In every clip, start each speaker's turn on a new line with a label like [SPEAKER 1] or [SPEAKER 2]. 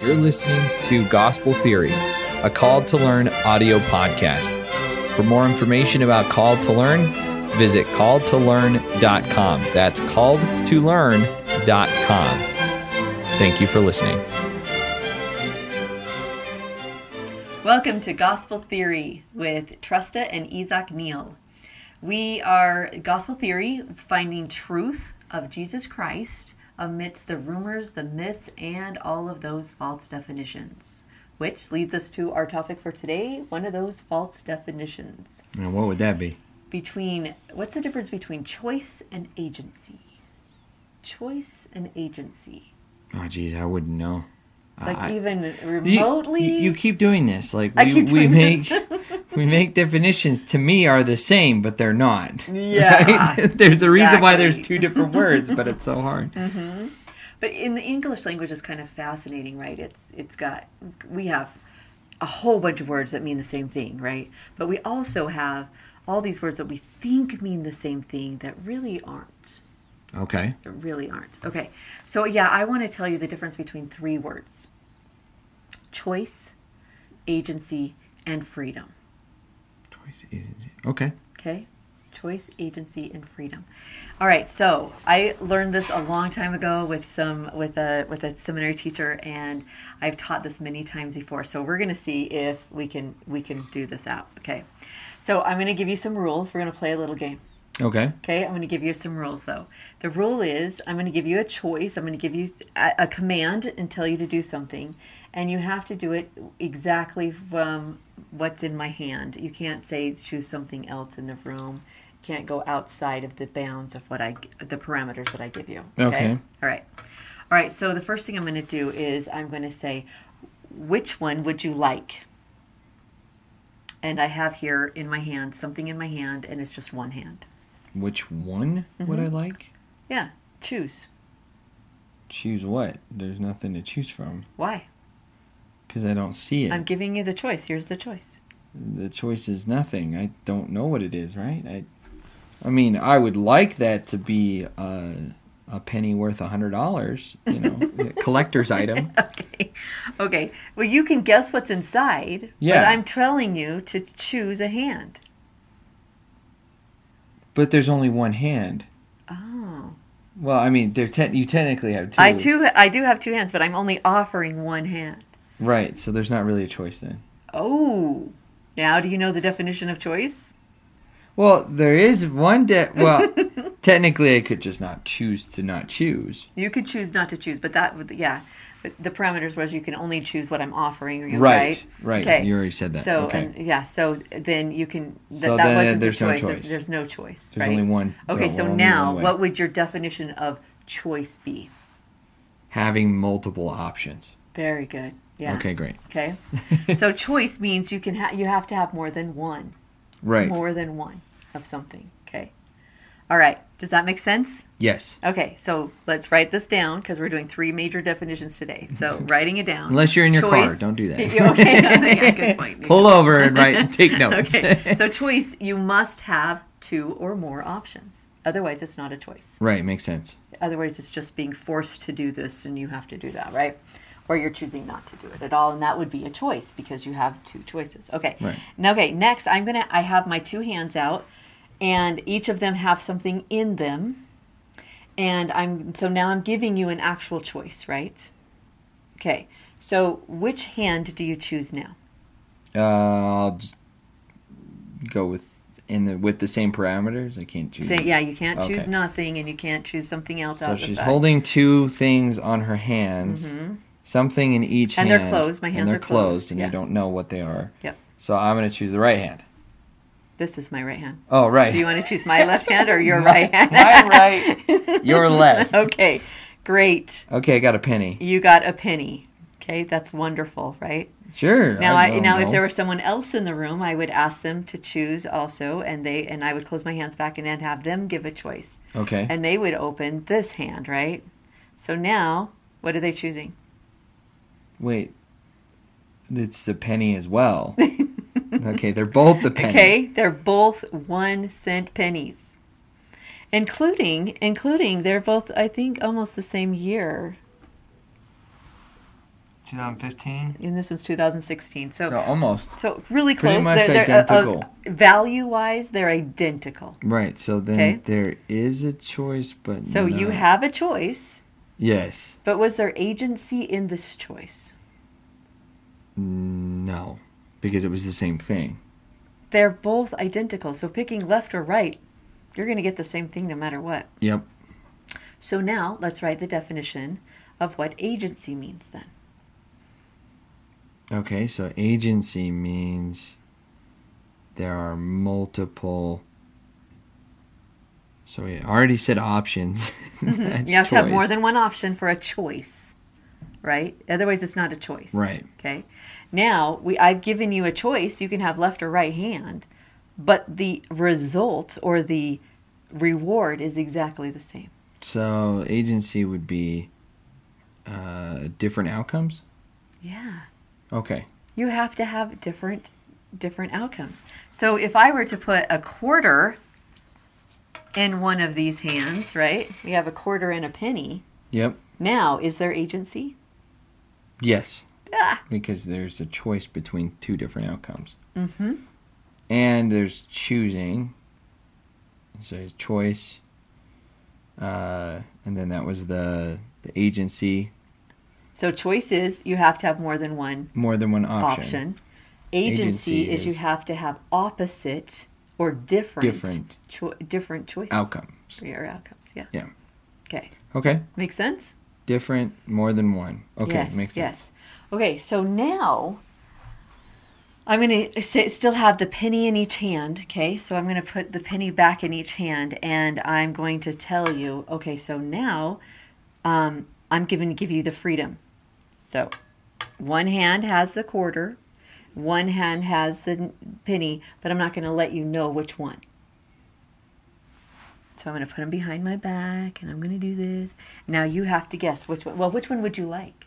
[SPEAKER 1] You're listening to Gospel Theory, a Called to Learn audio podcast. For more information about Called to Learn, visit calledtolearn.com. That's calledtolearn.com. Thank you for listening.
[SPEAKER 2] Welcome to Gospel Theory with Trusta and Isaac Neal. We are Gospel Theory, finding truth of Jesus Christ amidst the rumors, the myths, and all of those false definitions. Which leads us to our topic for today one of those false definitions.
[SPEAKER 3] Now, what would that be?
[SPEAKER 2] Between what's the difference between choice and agency? Choice and agency.
[SPEAKER 3] Oh, geez, I wouldn't know.
[SPEAKER 2] Like
[SPEAKER 3] I-
[SPEAKER 2] even
[SPEAKER 3] Uh, you-
[SPEAKER 2] remotely.
[SPEAKER 3] You, you keep doing this. Like we,
[SPEAKER 2] I keep
[SPEAKER 3] we
[SPEAKER 2] doing
[SPEAKER 3] make
[SPEAKER 2] this.
[SPEAKER 3] we make definitions to me are the same, but they're not.
[SPEAKER 2] Yeah,
[SPEAKER 3] Right? there's a reason why there's
[SPEAKER 2] exactly.
[SPEAKER 3] two different words, but it's so hard.
[SPEAKER 2] But in the English language is kind of fascinating, right? It's it's got we have a whole bunch of words that mean the same thing, right? But we also have all these words that we think mean the same thing that really aren't.
[SPEAKER 3] Okay.
[SPEAKER 2] That really aren't. Okay. So yeah, I want to tell you the difference between three words. Choice, agency, and freedom.
[SPEAKER 3] Choice, agency. Okay.
[SPEAKER 2] Okay? Choice, agency, and freedom. All right, so I learned this a long time ago with some with a with a seminary teacher, and I've taught this many times before. So we're gonna see if we can we can do this out. Okay. So I'm gonna give you some rules. We're gonna play a little game.
[SPEAKER 3] Okay.
[SPEAKER 2] Okay, I'm going to give you some rules though. The rule is I'm going to give you a choice. I'm going to give you a, a command and tell you to do something, and you have to do it exactly from what's in my hand. You can't say choose something else in the room. You can't go outside of the bounds of what I the parameters that I give you.
[SPEAKER 3] Okay.
[SPEAKER 2] All right. All right. So the first thing I'm going to do is I'm going to say which one would you like? And I have here in my hand something in my hand, and it's just one hand.
[SPEAKER 3] Which one would
[SPEAKER 2] Mm-hmm.
[SPEAKER 3] I like?
[SPEAKER 2] Yeah, choose.
[SPEAKER 3] Choose what? There's nothing to choose from
[SPEAKER 2] Why?
[SPEAKER 3] because I don't see it.
[SPEAKER 2] I'm giving you the choice. Here's the choice.
[SPEAKER 3] the choice is nothing. I don't know what it is, right? I, I mean, I would like that to be uh, a penny worth a hundred dollars, you know, a collector's item.
[SPEAKER 2] Okay. Okay. Well, you can guess what's inside,
[SPEAKER 3] Yeah.
[SPEAKER 2] but I'm telling you to choose a hand.
[SPEAKER 3] But there's only one hand.
[SPEAKER 2] Oh.
[SPEAKER 3] Well, I mean, there te- you technically have two.
[SPEAKER 2] I too I do have two hands, but I'm only offering one hand.
[SPEAKER 3] Right, so there's not really a choice then.
[SPEAKER 2] Oh. Now do you know the definition of choice?
[SPEAKER 3] Well, there is one. De- well, technically, I could just not choose to not choose.
[SPEAKER 2] You could choose not to choose, but that would yeah. But the parameters was you can only choose what I'm offering or you
[SPEAKER 3] Right, right.
[SPEAKER 2] Okay.
[SPEAKER 3] You already said that.
[SPEAKER 2] So
[SPEAKER 3] okay.
[SPEAKER 2] and, yeah, so then you can th-
[SPEAKER 3] So
[SPEAKER 2] that
[SPEAKER 3] then
[SPEAKER 2] wasn't
[SPEAKER 3] there's
[SPEAKER 2] the
[SPEAKER 3] no
[SPEAKER 2] choice. There's,
[SPEAKER 3] choice.
[SPEAKER 2] there's no choice.
[SPEAKER 3] there's
[SPEAKER 2] right?
[SPEAKER 3] only one.
[SPEAKER 2] Okay,
[SPEAKER 3] there
[SPEAKER 2] so
[SPEAKER 3] only one
[SPEAKER 2] now
[SPEAKER 3] way.
[SPEAKER 2] what would your definition of choice be?
[SPEAKER 3] Having multiple options.
[SPEAKER 2] Very good. Yeah.
[SPEAKER 3] Okay, great.
[SPEAKER 2] Okay. so choice means you can ha- you have to have more than one,
[SPEAKER 3] Right.
[SPEAKER 2] more than one of something. Okay. All right. Does that make sense?
[SPEAKER 3] Yes.
[SPEAKER 2] Okay. So let's write this down because we're doing three major definitions today. So writing it down.
[SPEAKER 3] Unless you're in your
[SPEAKER 2] Choice.
[SPEAKER 3] car, don't do that.
[SPEAKER 2] okay. yeah, good point.
[SPEAKER 3] Pull over and write and take notes.
[SPEAKER 2] okay. So choice, you must have two or more options. Otherwise, it's not a choice.
[SPEAKER 3] right, makes sense.
[SPEAKER 2] Otherwise, it's just being forced to do this and you have to do that, right? Or you're choosing not to do it at all, and that would be a choice because you have two choices. Okay.
[SPEAKER 3] Right.
[SPEAKER 2] Now, okay. Next, I'm gonna. I have my two hands out, and each of them have something in them, and I'm. So now I'm giving you an actual choice, right? Okay. So which hand do you choose now?
[SPEAKER 3] Uh, I'll just go with in the with the same parameters. I can't choose.
[SPEAKER 2] Say yeah, you can't choose
[SPEAKER 3] Okay.
[SPEAKER 2] nothing, and you can't choose something else. out
[SPEAKER 3] so
[SPEAKER 2] of the
[SPEAKER 3] she's
[SPEAKER 2] side. Mm-hmm.
[SPEAKER 3] holding two things on her hands, something in each
[SPEAKER 2] And
[SPEAKER 3] hand.
[SPEAKER 2] they're closed. My hands
[SPEAKER 3] and they're
[SPEAKER 2] are closed.
[SPEAKER 3] and
[SPEAKER 2] Yeah.
[SPEAKER 3] you don't know what they are.
[SPEAKER 2] Yep.
[SPEAKER 3] So I'm gonna choose the right hand.
[SPEAKER 2] This is my right hand.
[SPEAKER 3] Oh, right.
[SPEAKER 2] Do you want to choose my left hand or your right hand?
[SPEAKER 3] my right, your left.
[SPEAKER 2] Okay, great.
[SPEAKER 3] Okay, I got a penny.
[SPEAKER 2] You got a penny. Okay, that's wonderful, right?
[SPEAKER 3] Sure.
[SPEAKER 2] Now, I,
[SPEAKER 3] don't
[SPEAKER 2] now if
[SPEAKER 3] know.
[SPEAKER 2] there were someone else in the room, I would ask them to choose also, and they and I would close my hands back and then have them give a choice,
[SPEAKER 3] okay,
[SPEAKER 2] and they would open this hand, right? So now, what are they choosing?
[SPEAKER 3] wait, it's the penny as well. okay, they're both the penny.
[SPEAKER 2] Okay, they're both one cent pennies, including including they're both I think almost the same year.
[SPEAKER 4] 2015.
[SPEAKER 2] and this was 2016. So,
[SPEAKER 3] So
[SPEAKER 2] so,
[SPEAKER 3] almost. Pretty
[SPEAKER 2] really close.
[SPEAKER 3] much
[SPEAKER 2] they're, they're, uh, uh,
[SPEAKER 3] identical.
[SPEAKER 2] value-wise, they're identical.
[SPEAKER 3] Right. So then
[SPEAKER 2] Okay.
[SPEAKER 3] there is a choice, but
[SPEAKER 2] So you
[SPEAKER 3] not-
[SPEAKER 2] have a choice,
[SPEAKER 3] yes,
[SPEAKER 2] but was there agency in this choice?
[SPEAKER 3] no, because it was the same thing.
[SPEAKER 2] They're both identical. So picking left or right, you're going to get the same thing no matter what.
[SPEAKER 3] Yep.
[SPEAKER 2] So now let's write the definition of what agency means then.
[SPEAKER 3] Okay. So agency means there are multiple. So we already said options. That's
[SPEAKER 2] Mm-hmm. you have to have more
[SPEAKER 3] choice.
[SPEAKER 2] than one option for a choice, right? Otherwise, it's not a choice.
[SPEAKER 3] Right.
[SPEAKER 2] Okay. Now we, I've given you a choice. You can have left or right hand, but the result or the reward is exactly the same.
[SPEAKER 3] So agency would be uh, different outcomes.
[SPEAKER 2] Yeah.
[SPEAKER 3] Okay.
[SPEAKER 2] You have to have different different outcomes. So if I were to put a quarter in one of these hands, right? We have a quarter and a penny.
[SPEAKER 3] Yep.
[SPEAKER 2] Now, is there agency?
[SPEAKER 3] Yes.
[SPEAKER 2] Ah.
[SPEAKER 3] Because there's a choice between two different outcomes. Mm-hmm. And there's choosing. So there's choice. Uh, and then that was the the agency
[SPEAKER 2] So choice is you have to have more than one
[SPEAKER 3] more than one option.
[SPEAKER 2] option. Agency,
[SPEAKER 3] Agency
[SPEAKER 2] is, you
[SPEAKER 3] is-
[SPEAKER 2] have to have opposite or different
[SPEAKER 3] Different.
[SPEAKER 2] cho- different choices.
[SPEAKER 3] Outcomes.
[SPEAKER 2] Or outcomes, yeah.
[SPEAKER 3] Yeah.
[SPEAKER 2] Okay.
[SPEAKER 3] Okay.
[SPEAKER 2] Make sense?
[SPEAKER 3] Different, more than one. Okay,
[SPEAKER 2] yes.
[SPEAKER 3] makes sense.
[SPEAKER 2] Yes. Okay, so now I'm going to still have the penny in each hand, okay? So I'm going to put the penny back in each hand and I'm going to tell you, okay, so now um, I'm going to give you the freedom. So one hand has the quarter, one hand has the n- penny, but I'm not going to let you know which one. So I'm going to put them behind my back and I'm going to do this. Now you have to guess which one. Well, which one would you like?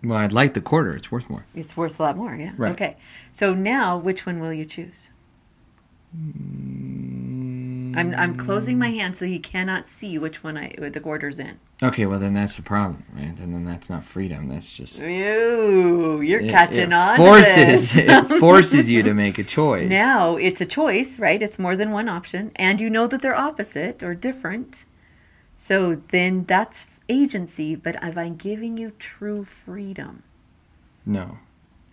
[SPEAKER 3] Well, I'd like the quarter. It's worth more.
[SPEAKER 2] It's worth a lot more, yeah.
[SPEAKER 3] Right.
[SPEAKER 2] Okay. So now, which one will you choose?
[SPEAKER 3] Mm.
[SPEAKER 2] I'm I'm closing my hand so he cannot see which one I the quarter's in.
[SPEAKER 3] Okay, well then that's the problem, right? And then that's not freedom. That's just
[SPEAKER 2] Ew, you're
[SPEAKER 3] it- it
[SPEAKER 2] catching on. to
[SPEAKER 3] Forces
[SPEAKER 2] this.
[SPEAKER 3] it forces you to make a choice.
[SPEAKER 2] now it's a choice, right? It's more than one option, and you know that they're opposite or different. So then that's agency. But if I'm giving you true freedom,
[SPEAKER 3] No,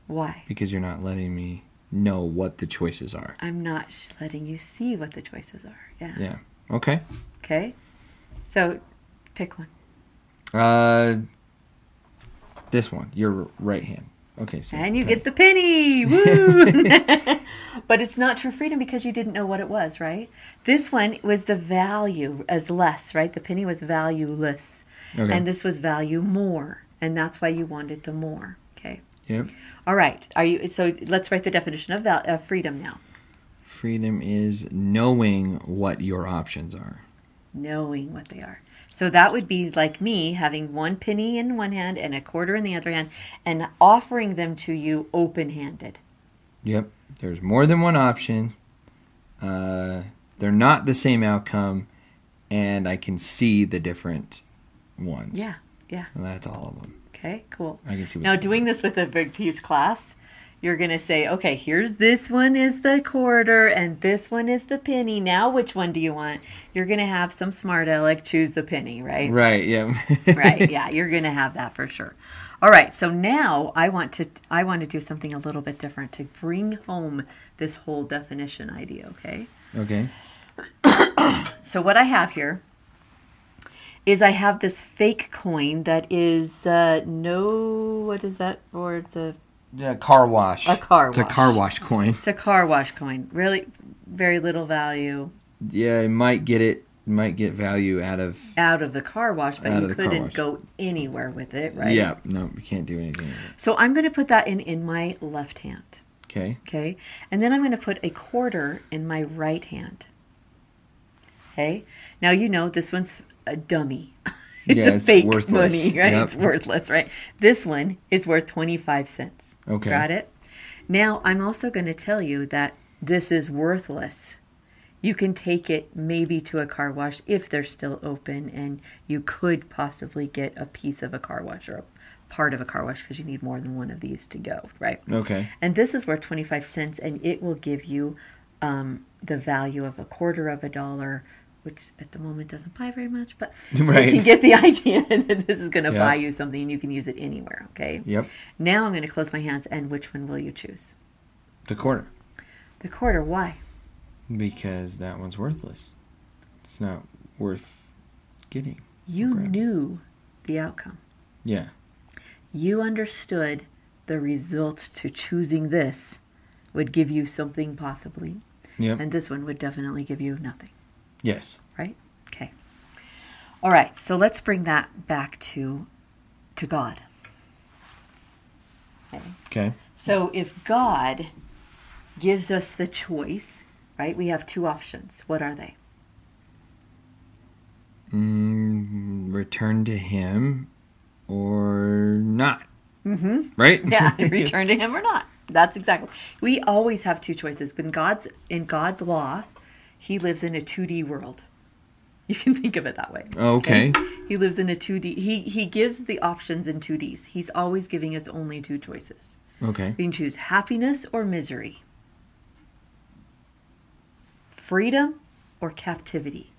[SPEAKER 2] why?
[SPEAKER 3] because you're not letting me know what the choices are.
[SPEAKER 2] I'm not sh- letting you see what the choices are. Yeah.
[SPEAKER 3] Yeah. Okay.
[SPEAKER 2] Okay. So pick one.
[SPEAKER 3] Uh, this one, your right hand. Okay. So
[SPEAKER 2] And you get the penny. Woo! but it's not true freedom because you didn't know what it was, right? This one was the value as less, right? The penny was valueless.
[SPEAKER 3] Okay.
[SPEAKER 2] And this was value more. And that's why you wanted the more. Okay.
[SPEAKER 3] Yep.
[SPEAKER 2] All right. Are you so let's write the definition of val- of freedom now.
[SPEAKER 3] Freedom is knowing what your options are.
[SPEAKER 2] Knowing what they are. So that would be like me having one penny in one hand and a quarter in the other hand and offering them to you open-handed.
[SPEAKER 3] Yep. There's more than one option. Uh, they're not the same outcome, and I can see the different ones.
[SPEAKER 2] Yeah. Yeah.
[SPEAKER 3] And that's all of them.
[SPEAKER 2] Okay. Cool.
[SPEAKER 3] I can see. What
[SPEAKER 2] Now, doing this with a big, huge class, you're going to say, okay, here's this one is the quarter and this one is the penny. Now, which one do you want? You're going to have some smart aleck choose the penny, right?
[SPEAKER 3] Right. Yeah.
[SPEAKER 2] right. Yeah, you're going to have that for sure. All right. So now I want to I want to do something a little bit different to bring home this whole definition idea, okay?
[SPEAKER 3] okay.
[SPEAKER 2] So what I have here is I have this fake coin that is uh, no what is that for? It's a
[SPEAKER 3] Yeah. Car wash.
[SPEAKER 2] A car
[SPEAKER 3] It's
[SPEAKER 2] wash.
[SPEAKER 3] a car wash coin.
[SPEAKER 2] It's a car wash coin. Really, very little value
[SPEAKER 3] Yeah, you might get it. Might get value out of.
[SPEAKER 2] out of the car wash, but
[SPEAKER 3] Out of
[SPEAKER 2] you
[SPEAKER 3] the car
[SPEAKER 2] couldn't
[SPEAKER 3] wash.
[SPEAKER 2] go anywhere with it, right?
[SPEAKER 3] Yeah. No, you can't do anything. With it.
[SPEAKER 2] So I'm going to put that in in my left hand,
[SPEAKER 3] Okay.
[SPEAKER 2] okay? And then I'm going to put a quarter in my right hand. Okay? Now you know this one's a dummy. it's
[SPEAKER 3] Yeah,
[SPEAKER 2] a
[SPEAKER 3] it's
[SPEAKER 2] fake
[SPEAKER 3] worthless.
[SPEAKER 2] money, right?
[SPEAKER 3] Yep.
[SPEAKER 2] It's worthless, right? This one is worth 25 cents.
[SPEAKER 3] Okay.
[SPEAKER 2] Got it? Now, I'm also going to tell you that this is worthless. You can take it maybe to a car wash if they're still open, and you could possibly get a piece of a car wash or a part of a car wash because you need more than one of these to go, right?
[SPEAKER 3] Okay.
[SPEAKER 2] And this is worth 25 cents, and it will give you um, the value of a quarter of a dollar, which at the moment doesn't buy very much, but you can
[SPEAKER 3] Right.
[SPEAKER 2] get the idea that this is going to
[SPEAKER 3] Yeah.
[SPEAKER 2] buy you something and you can use it anywhere, okay?
[SPEAKER 3] Yep.
[SPEAKER 2] Now I'm going to close my hands, and which one will you choose?
[SPEAKER 3] The quarter.
[SPEAKER 2] The quarter, why?
[SPEAKER 3] Because that one's worthless. It's not worth getting.
[SPEAKER 2] You
[SPEAKER 3] Grab.
[SPEAKER 2] knew the outcome.
[SPEAKER 3] Yeah.
[SPEAKER 2] You understood the result to choosing this would give you something possibly,
[SPEAKER 3] Yep.
[SPEAKER 2] and this one would definitely give you nothing.
[SPEAKER 3] yes.
[SPEAKER 2] Okay. All right, so let's bring that back to to God.
[SPEAKER 3] Okay.
[SPEAKER 2] So if God gives us the choice, right? We have two options. What are they? Mm-hmm.
[SPEAKER 3] Mm, return to him or not.
[SPEAKER 2] Mhm.
[SPEAKER 3] Right?
[SPEAKER 2] Yeah, return to him or not. That's exactly. We always have two choices. When God's in God's law, he lives in a 2D world. You can think of it that way.
[SPEAKER 3] Oh, okay.
[SPEAKER 2] He lives in a 2D. He he gives the options in 2Ds. He's always giving us only two choices.
[SPEAKER 3] Okay.
[SPEAKER 2] We can choose happiness or misery, freedom or captivity,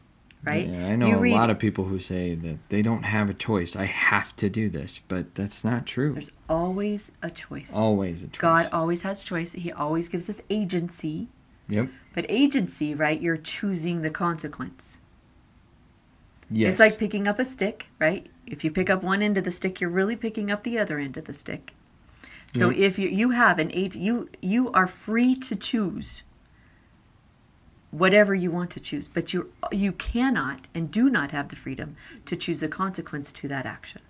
[SPEAKER 2] right?
[SPEAKER 3] Yeah, I know
[SPEAKER 2] You
[SPEAKER 3] a
[SPEAKER 2] read-
[SPEAKER 3] lot of people who say that they don't have a choice. I have to do this, but that's not true.
[SPEAKER 2] There's always a choice.
[SPEAKER 3] Always a choice.
[SPEAKER 2] God always has choice. He always gives us agency.
[SPEAKER 3] Yep.
[SPEAKER 2] But agency, right? You're choosing the consequence.
[SPEAKER 3] Yes.
[SPEAKER 2] It's like picking up a stick, right? If you pick up one end of the stick, you're really picking up the other end of the stick. So
[SPEAKER 3] Yeah.
[SPEAKER 2] if you you have an age, you you are free to choose whatever you want to choose, but you you cannot and do not have the freedom to choose the consequence to that action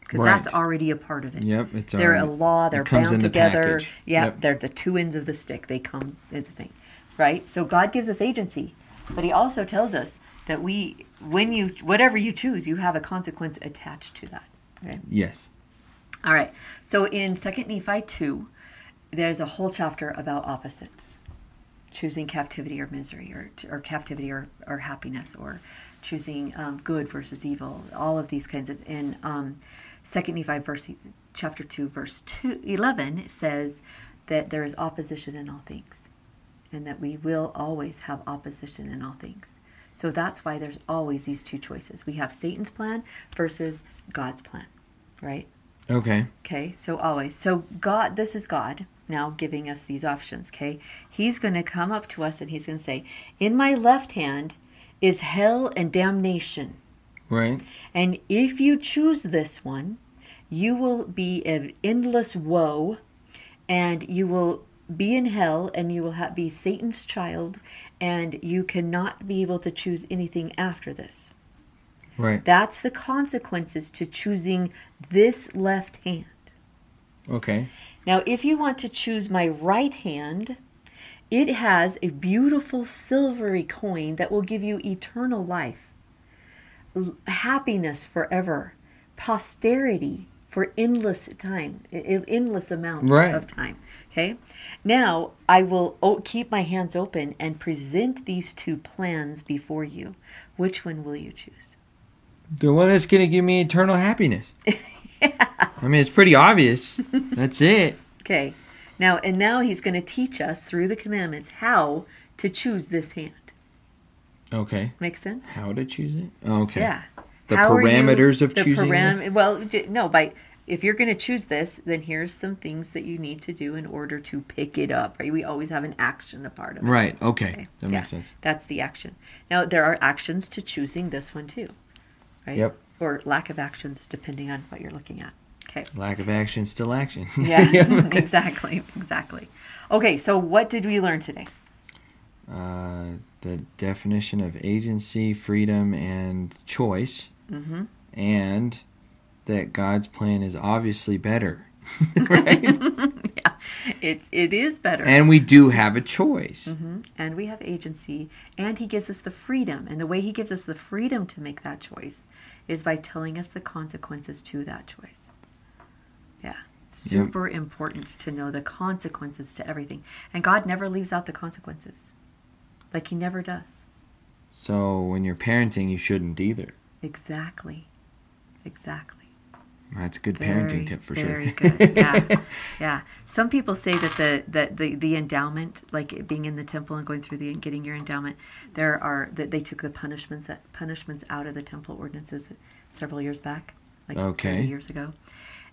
[SPEAKER 2] because that's
[SPEAKER 3] Right.
[SPEAKER 2] already a part of it.
[SPEAKER 3] Yep. It's
[SPEAKER 2] They're a
[SPEAKER 3] already-
[SPEAKER 2] law. They're
[SPEAKER 3] it comes
[SPEAKER 2] bound
[SPEAKER 3] in the
[SPEAKER 2] together.
[SPEAKER 3] package.
[SPEAKER 2] Yeah,
[SPEAKER 3] Yep.
[SPEAKER 2] they're the two ends of the stick. They come it's the same, right? So God gives us agency, but He also tells us that we, when you, whatever you choose, you have a consequence attached to that.
[SPEAKER 3] Yes.
[SPEAKER 2] All right. So in Second Nephi two, there's a whole chapter about opposites, choosing captivity or misery, or or captivity or, or happiness, or choosing um, good versus evil. All of these kinds of in um, Second Nephi verse chapter two verse two eleven says that there is opposition in all things, and that we will always have opposition in all things. So that's why there's always these two choices. We have Satan's plan versus God's plan, right?
[SPEAKER 3] Okay.
[SPEAKER 2] Okay, so always. So God, this is God now giving us these options, okay? He's going to come up to us and he's going to say, "In my left hand is hell and damnation.
[SPEAKER 3] Right.
[SPEAKER 2] And if you choose this one, you will be in endless woe and you will be in hell and you will ha- be Satan's child and you cannot be able to choose anything after this."
[SPEAKER 3] Right.
[SPEAKER 2] That's the consequences to choosing this left hand.
[SPEAKER 3] Okay.
[SPEAKER 2] Now, if you want to choose my right hand, it has a beautiful silvery coin that will give you eternal life, l- happiness forever, posterity for endless time, e- e- endless amount
[SPEAKER 3] Right.
[SPEAKER 2] of time. Okay? Now, I will o- keep my hands open and present these two plans before you. Which one will you choose?
[SPEAKER 3] The one that's gonna give me eternal happiness. I mean, it's pretty obvious. That's it.
[SPEAKER 2] Okay. Now, and now he's going to teach us through the commandments how to choose this hand.
[SPEAKER 3] Okay.
[SPEAKER 2] Make sense?
[SPEAKER 3] How to choose it? Okay.
[SPEAKER 2] Yeah.
[SPEAKER 3] The
[SPEAKER 2] How are you-
[SPEAKER 3] parameters of choosing this?
[SPEAKER 2] Well, d- no, by if you're going to choose this, then here's some things that you need to do in order to pick it up. Right? We always have an action a part of it.
[SPEAKER 3] Right. Okay. That
[SPEAKER 2] Yeah.
[SPEAKER 3] makes sense.
[SPEAKER 2] That's the action. Now there are actions to choosing this one too, right?
[SPEAKER 3] Yep.
[SPEAKER 2] Or lack of actions, depending on what you're looking at. Okay.
[SPEAKER 3] Lack of action, still action.
[SPEAKER 2] Yeah. exactly. Exactly. Okay. So what did we learn today?
[SPEAKER 3] uh, the definition of agency, freedom, and choice,
[SPEAKER 2] Mhm.
[SPEAKER 3] and that God's plan is obviously better, right?
[SPEAKER 2] yeah. It it is better.
[SPEAKER 3] and we do have a choice.
[SPEAKER 2] Mhm. And we have agency, and he gives us the freedom. And the way he gives us the freedom to make that choice is by telling us the consequences to that choice. Yeah, super important to know the consequences to everything. And God never leaves out the consequences, like he never does.
[SPEAKER 3] So when you're parenting, you shouldn't either.
[SPEAKER 2] Exactly, exactly.
[SPEAKER 3] That's a good
[SPEAKER 2] Very,
[SPEAKER 3] parenting tip for
[SPEAKER 2] very
[SPEAKER 3] sure.
[SPEAKER 2] good. Yeah, yeah. Some people say that the that the the endowment, like it being in the temple and going through the and getting your endowment, there are that they took the punishments punishments out of the temple ordinances several years back, like 30
[SPEAKER 3] Okay.
[SPEAKER 2] years ago,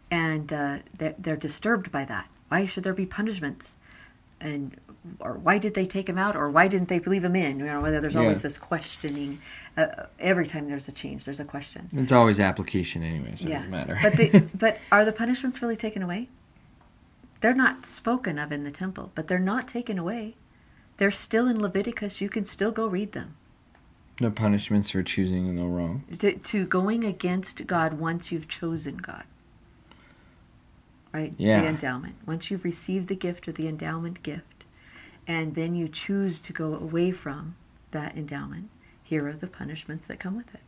[SPEAKER 2] and uh, they're, they're disturbed by that. Why should there be punishments? And or why did they take him out, or why didn't they leave him in? You know, whether there's always
[SPEAKER 3] Yeah.
[SPEAKER 2] this questioning. Uh, every time there's a change, there's a question.
[SPEAKER 3] It's always application anyway, so it doesn't matter.
[SPEAKER 2] but the, but are the punishments really taken away? They're not spoken of in the temple, but they're not taken away. They're still in Leviticus. You can still go read them.
[SPEAKER 3] the punishments for choosing the wrong.
[SPEAKER 2] To, to going against God once you've chosen God. Right?
[SPEAKER 3] Yeah.
[SPEAKER 2] The endowment. Once you've received the gift or the endowment gift, and then you choose to go away from that endowment, here are the punishments that come with it.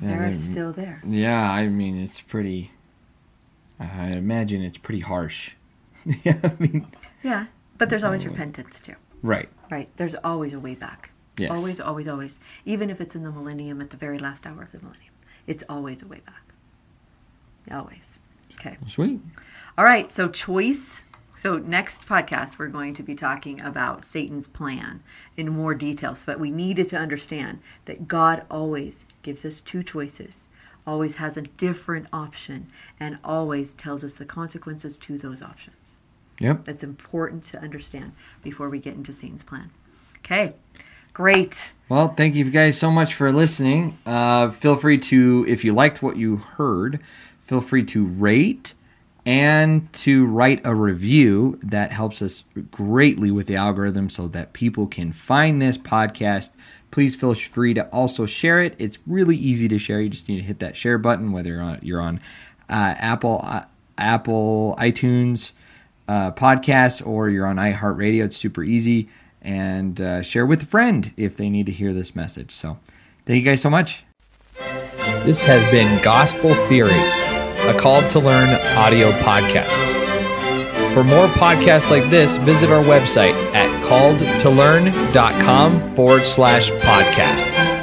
[SPEAKER 3] Yeah,
[SPEAKER 2] They're
[SPEAKER 3] they're-
[SPEAKER 2] still there.
[SPEAKER 3] yeah, I mean it's pretty. I imagine it's pretty harsh. yeah, I mean,
[SPEAKER 2] Yeah. But there's always
[SPEAKER 3] Totally.
[SPEAKER 2] repentance too.
[SPEAKER 3] right.
[SPEAKER 2] Right. There's always a way back.
[SPEAKER 3] Yes.
[SPEAKER 2] Always, always, always. Even if it's in the millennium at the very last hour of the millennium, it's always a way back. Always. Okay.
[SPEAKER 3] Sweet.
[SPEAKER 2] All right. So, choice. So, next podcast, we're going to be talking about Satan's plan in more details. But we needed to understand that God always gives us two choices, always has a different option, and always tells us the consequences to those options.
[SPEAKER 3] Yep.
[SPEAKER 2] That's important to understand before we get into Satan's plan. Okay. Great.
[SPEAKER 3] Well, thank you guys so much for listening. Uh, feel free to, if you liked what you heard, feel free to rate and to write a review. That helps us greatly with the algorithm so that people can find this podcast. Please feel free to also share it. It's really easy to share. You just need to hit that share button, whether you're on, you're on uh, Apple, uh, Apple, iTunes, uh, podcasts or you're on iHeartRadio. It's super easy. And uh, share with a friend if they need to hear this message. So thank you guys so much.
[SPEAKER 1] This has been Gospel Theory, a Call to Learn audio podcast. For more podcasts like this, visit our website at calledtolearn.com forward slash podcast.